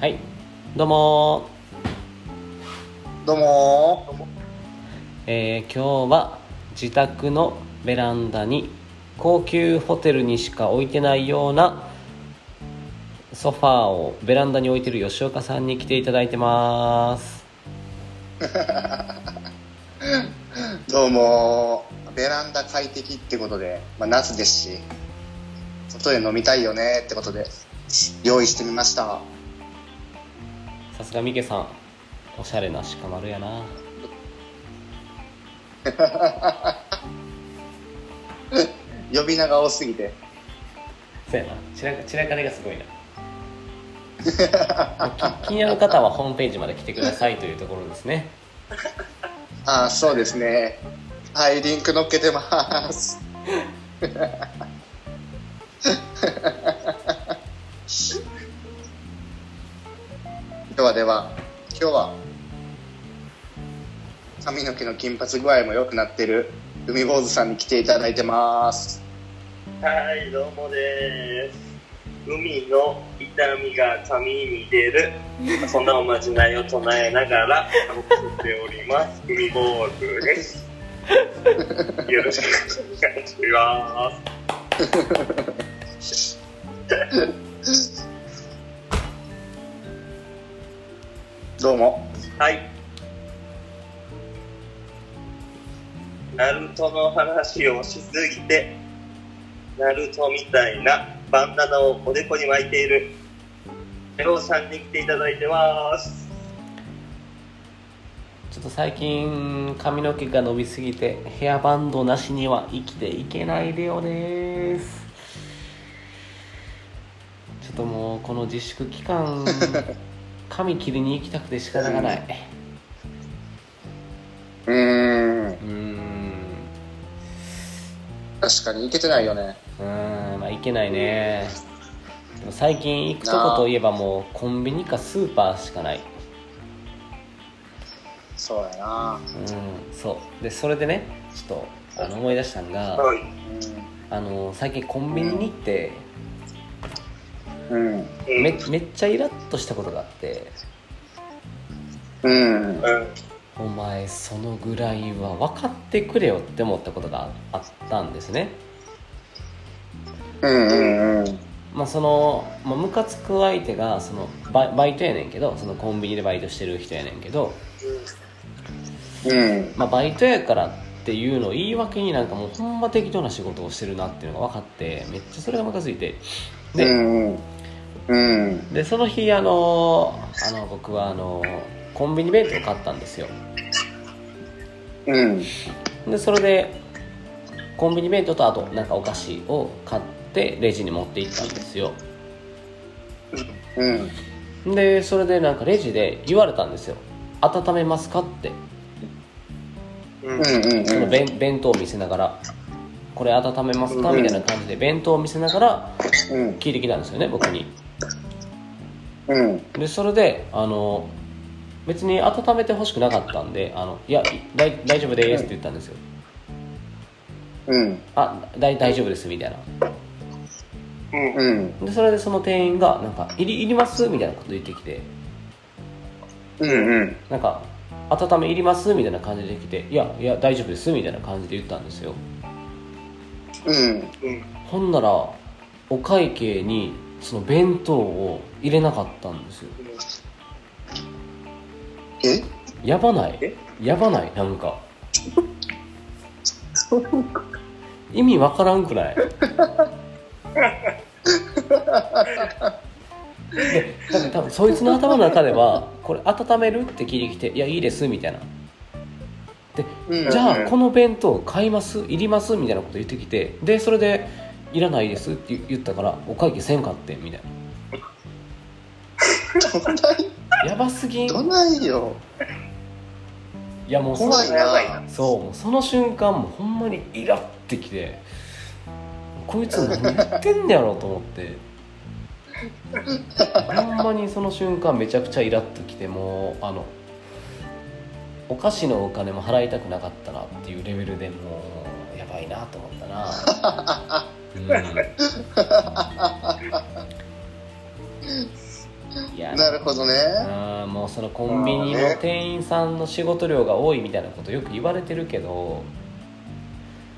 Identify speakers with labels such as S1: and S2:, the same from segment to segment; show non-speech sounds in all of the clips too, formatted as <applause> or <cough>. S1: はいどうも
S2: どうも
S1: ー、えー今日は自宅のベランダに高級ホテルにしか置いてないようなソファーをベランダに置いてる吉岡さんに来ていただいてます
S2: どうもベランダ快適ってことで、まあ、夏ですし外で飲みたいよねってことで用意してみました
S1: さすがミケさんおしゃれな鹿丸やな
S2: 呼び名が多すぎて
S1: そうやな散らか散らかりがすごいな気気になる方はホームページまで来てくださいというところですね
S2: ああそうですねはいリンク載っけてます <laughs> ではでは今日は髪の毛の金髪具合も良くなってる海坊主さんに来ていただいてます
S3: はい、どうもです。海の痛みが髪に出る。そんなおまじないを唱えながら、送っております。海坊主です。よろしくお願いします。
S2: どうも
S3: はい。ナルトの話をしすぎて、ナルトみたいなバンダナをおでこに巻いている、レオさんに来ていただいてます。
S1: ちょっと最近髪の毛が伸びすぎてヘアバンドなしには生きていけないレオですちょっともうこの自粛期間髪切りに行きたくて仕方がないう
S2: ーん
S1: うーん
S2: 確かにいけてないよね
S1: うーんまあ行けないねでも最近行くとこといえばもうコンビニかスーパーしかない
S2: そうやな
S1: うんそうでそれでねちょっとあの思い出したんが
S3: はい。
S1: あの最近コンビニに行って
S2: うん
S3: うん
S1: めめっちゃイラッとしたことがあって
S2: うん
S3: うん
S1: お前そのぐらいは分かってくれよって思ったことがあったんですね
S2: うんうんうん
S1: まあその、まあ、ムカつく相手がそのバイバイトやねんけどそのコンビニでバイトしてる人やねんけど、
S2: うん
S1: まあ、バイトやからっていうのを言い訳になんかもうほんま適当な仕事をしてるなっていうのが分かってめっちゃそれがムカついて
S2: う
S1: で,、
S2: んうん
S1: でその日あのあの僕はあのコンビニ弁当買ったんですよ
S2: うん
S1: でそれでコンビニ弁当とあとなんかお菓子を買ってレジに持って行ったんですよ
S2: うん
S1: でそれでなんかレジで言われたんですよ「温めますか?」って
S3: うん
S2: うんうん
S1: その
S2: うん
S1: 弁弁当を見せながら「これ温めますか?」
S2: うん
S1: みたいな感じで弁当を見せながら
S2: うん
S1: 聞いてきたんですよね僕に
S2: うん
S1: でそれであの別に温めてほしくなかったんで「あのいや大大丈夫です」って言ったんですよ
S2: うん
S1: 「あ大大丈夫です」みたいな
S3: うん
S2: うん
S1: でそれでその店員が「なんかいりいります?」みたいなこと言ってきて
S2: うん
S1: なんか「温めいります?」みたいな感じで来て「いやいや大丈夫です」みたいな感じで言ったんですよ
S2: うん
S3: うん
S1: ほんならお会計にその弁当を入れなかったんですよ
S2: え
S1: やばない
S3: え
S1: やばないなんか意味わからんくないで多分多分そいつの頭の中では「これ温める?」って聞いてきて「いやいいです」みたいな
S2: うん
S1: じゃあこ
S2: の
S1: の弁当買いますいりますみたいなこと言ってきてでそれで「いらないです」って言ったから「お会計せんかって」みたい
S2: <laughs> どない
S1: なやばすぎんい
S2: どないよ
S1: やもうそ
S2: 怖い
S3: やばい
S2: な
S3: な
S1: そうもうその瞬間もうほんまにイラってきてこいつ何言ってんねやろと思ってほんまにその瞬間めちゃくちゃイラっときてもうあのお菓子のお金も払いたくなかったなっていうレベルでもうやばいなと思ったなうんいや
S2: なるほどね
S1: あーもうそのコンビニの店員さんの仕事量が多いみたいなことよく言われてるけど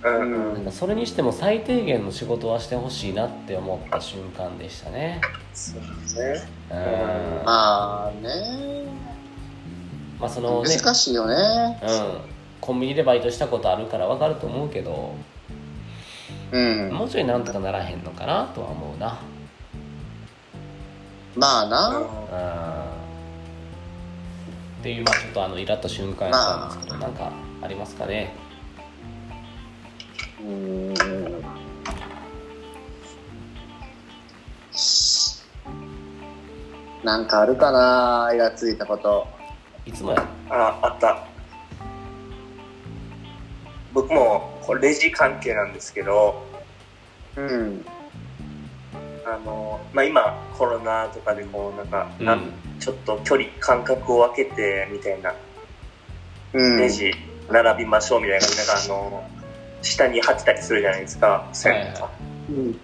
S3: うん
S1: なんかそれにしても最低限の仕事はしてほしいなって思った瞬間でしたね
S2: そうですね
S1: うん
S3: ん
S1: ま
S2: まあね
S1: あそのね、
S2: 難しいよね
S1: うん、コンビニでバイトしたことあるからわかると思うけど
S2: うん
S1: もうちょいなんとかならへんのかなとは思うな
S2: まあな
S1: うんっていうまあちょっとあのイラっと瞬間やったんですけどなんかありますかね
S2: うんなんかあるかなイラついたこと
S1: いつもや
S3: ああった僕もこうレジ関係なんですけど
S2: うん
S3: あの、まあ、今コロナとかでこうなんか、
S1: うん
S3: なんちょっと距離間隔を空けてみたいな
S2: うん
S3: レジ並びましょうみたいな感じでなんかあの下に貼ってたりするじゃないですか
S1: はいは
S2: うん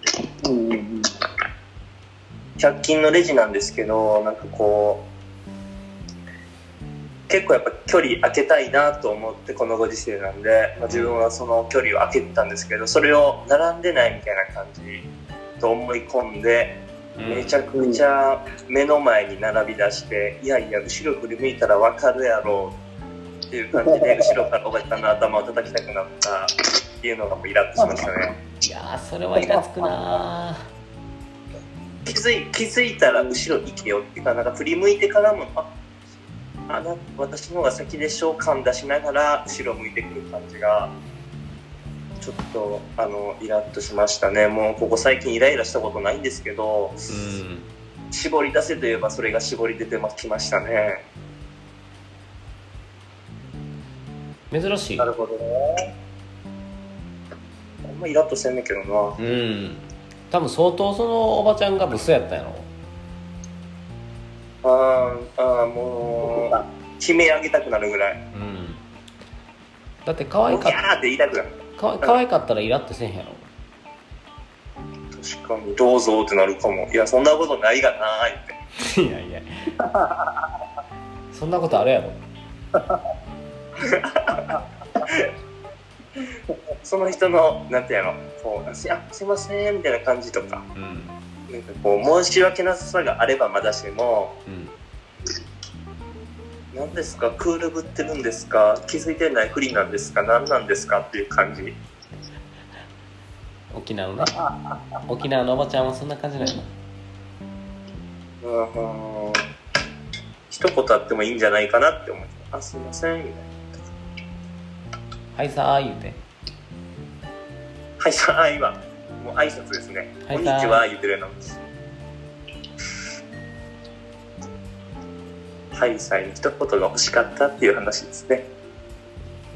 S2: うんうん
S3: 100均のレジなんですけどなんかこう結構やっぱ距離空けたいなと思ってこのご時世なんで、まあ自分はその距離を空けてたんですけどそれを並んでないみたいな感じと思い込んで
S1: うん
S3: めちゃくちゃ目の前に並び出して、いやいや後ろ振り向いたら分かるやろうっていう感じで後ろからおばちゃんの頭を叩きたくなったっていうのがもうイラッとしましたね。
S1: いやーそれはイラつくなー
S3: 気づい気づいたら後ろ行けよっていうかなんか振り向いてからもああな私の方が先でしょ感出しながら後ろ向いてくる感じがちょっとあのイラッとしましたねもうここ最近イライラしたことないんですけ
S1: う
S3: ど、
S1: ん
S3: 絞り出せといえばそれが絞り出てきましたね
S1: 珍しい
S3: なるほどねあんまイラッとせんねんけどな
S1: うん多分相当そのおばちゃんがブスやったんやろ
S3: あーあーもう悲鳴上げたくなるぐらい
S1: うんだって可
S3: 「
S1: 愛
S3: お
S1: かっ
S3: きゃー」って言いたくなる
S1: かわ可愛かったらイラってせえへんやろ
S3: 確かにどうぞってなるかもいやそんなことないがなーっ
S1: <laughs>
S3: て
S1: いやいやそんなことあるやろ
S3: その人のなんていうのこうすあすいませんみたいな感じとか
S1: うん
S3: なんかこう申し訳なさがあればまだしも
S1: うん
S3: 何ですかクールぶってるんですか気づいてない不利なんですか何なんですかっていう感じ
S1: 沖縄のね沖縄のおばちゃんはそんな感じなんやな
S3: うん一言あってもいいんじゃないかなって思ってあすいませんみたいな
S1: はいさあ言うて
S3: はいさあ今もう挨拶ですね「
S1: はい
S3: こんに
S1: さあ
S3: ちは」言ってるようなもんですはいさあに一言が欲しかったっていう話ですね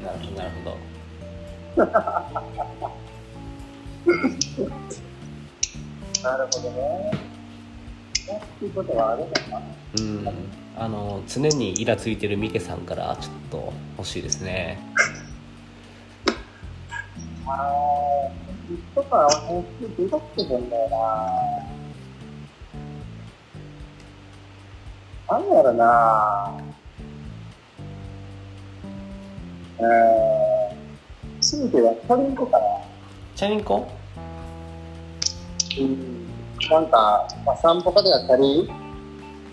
S1: なるほどなるほど
S2: なるほどねそういうことはあるのか
S1: うんあの常にイラついてるミケさんからちょっと欲しいですね
S2: な人とは本当に出たってくんだよななんやろなうーん強いてはチャリンコかな
S1: チャリンコ
S2: うんなんか、まあ、散歩家ではチャリ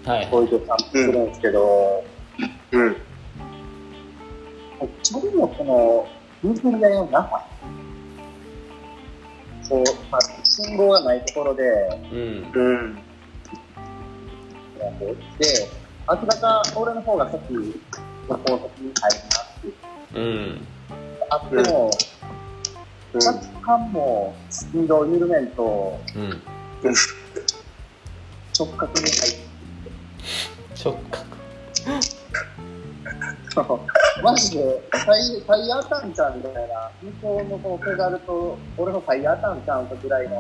S1: はい
S2: こういうと散歩するんですけど、
S3: うん
S2: チャリのこの、ループ台の中こう、まあ、信号がないところで、
S1: うん
S3: うん
S2: なんで、で明らか俺の方が先に、こう、先に入るなっていう
S1: うん
S2: あっても、
S3: う
S2: 若干もスピードを緩めんと、
S1: うん
S2: 直角に入って、 <laughs>
S1: 直角
S2: マジでタイタイヤ当たんちゃうみたいな、向こうのこうペダルと俺のタイヤ当たんちゃうかぐらいの、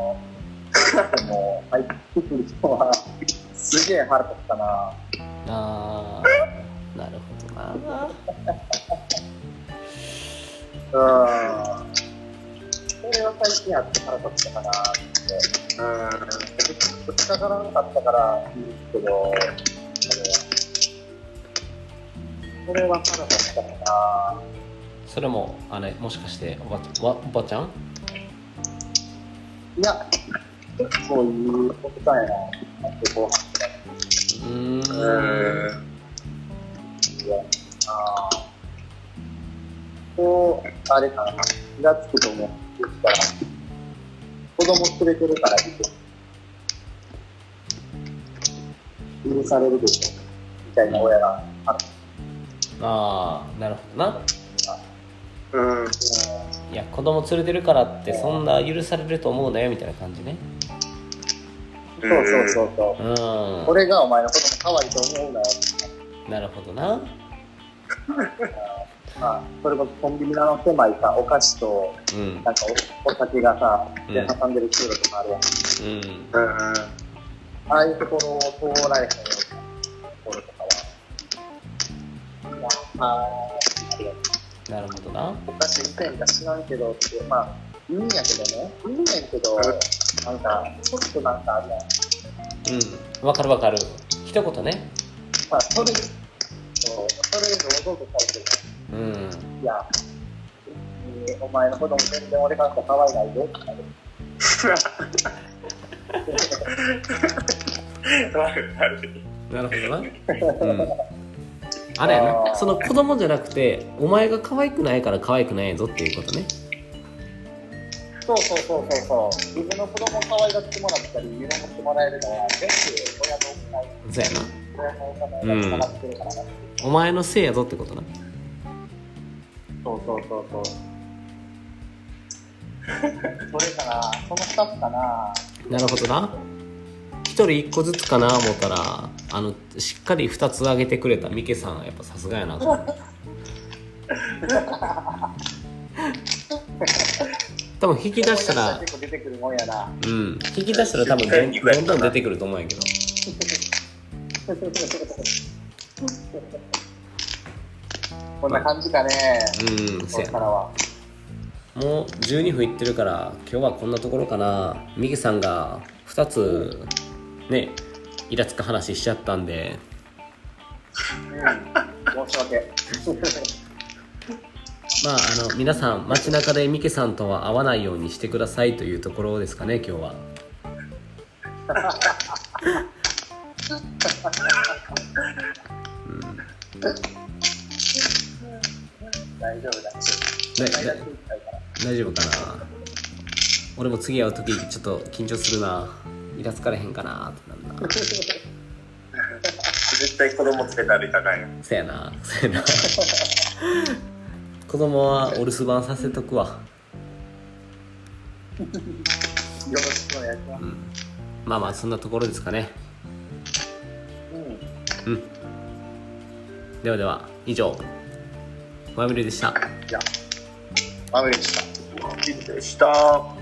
S2: もう入ってくる人は、すげえ腹立ったな。
S1: あーなるほどな
S2: うん。それは最近やって腹立ったかなって。
S3: ん
S2: ぶつからなかったからいいんですけど、これ分からなかったな
S1: それもあれもしかしておばちゃんわおばちゃん
S2: いや結構いい答えなってこ
S1: うーん
S2: ういやあこうあれかな気がつくと思うから子供連れてるからいいけど許されるでしょみたいな親がある
S1: ああなるほどな
S3: <laughs> うん。うん。
S1: いや子供連れてるからってそんな許されると思うなよみたいな感じね
S2: そうそうそうそう
S1: うーん
S2: 俺がお前のことも可愛いと思うなよ。
S1: なるほどな
S2: まあ、それこそコンビニのあの狭いさ、お菓子と、
S1: うん
S2: なんかおお酒がさ、で
S1: うん
S2: 挟んでる通路とかあるやん。
S1: うん
S3: う
S2: ああいうところを通られへんようなところとかは。いや、あー
S1: なるほどな
S2: お菓子1円か知らんけどって、まあ、いいんやけどね。いいんやけど、なんか、ちょっとなんかあるやん。
S1: うんわかるわかる一言ね
S2: まあ、それ、そうそれで堂々と書いてる。
S1: うん
S2: いや、えーお前のことも全然俺からしたら可愛ないよってなる。
S3: ん。わかるわかる。
S1: なるほどな、うん、あれや
S2: あ
S1: な
S2: ー
S1: その子供じゃなくてお前が可愛くないから可愛くないぞっていうことね
S2: そうそうそうそうそう。自分の子供を可愛がってもらったり、見守ってもらえるのは、全部親の
S1: そうやな
S2: お金、親のお金が使ってるからな。
S1: お前のせいやぞってことな
S2: そうそうそうそう。それかな、その2つかな。
S1: なるほどな一人一個ずつかな思ったらあのしっかり二つあげてくれたミケさんはやっぱさすがやなと思う多分引き出したら
S2: 結構出てくるもんやな。
S1: うん引き出したら多分どんどんどん出てくると思うんやけど
S2: こんな感じかね、
S1: うん
S2: こ
S1: せ
S2: れ
S1: やな
S2: からは。
S1: もう12分いってるから今日はこんなところかなミケさんが2つねイラつく話しちゃったんで
S2: うん、申し訳。 <laughs>
S1: まああの皆さん街中でミケさんとは会わないようにしてくださいというところですかね今日は
S2: 大丈夫だ。
S1: だだ
S2: 大丈夫だから。
S1: 大丈夫かな俺も次会う時ちょっと緊張するなイラつかれへんかなってなんだ
S3: 絶対子供連れて歩いたらあかんよ。
S1: そやなそやな子供はお留守番させとくわ
S2: よろしくお願いします。
S1: まあまあそんなところですかね
S2: うん
S1: うんではでは以上まみれでした
S2: じゃあ、マムリでした。
S3: でした。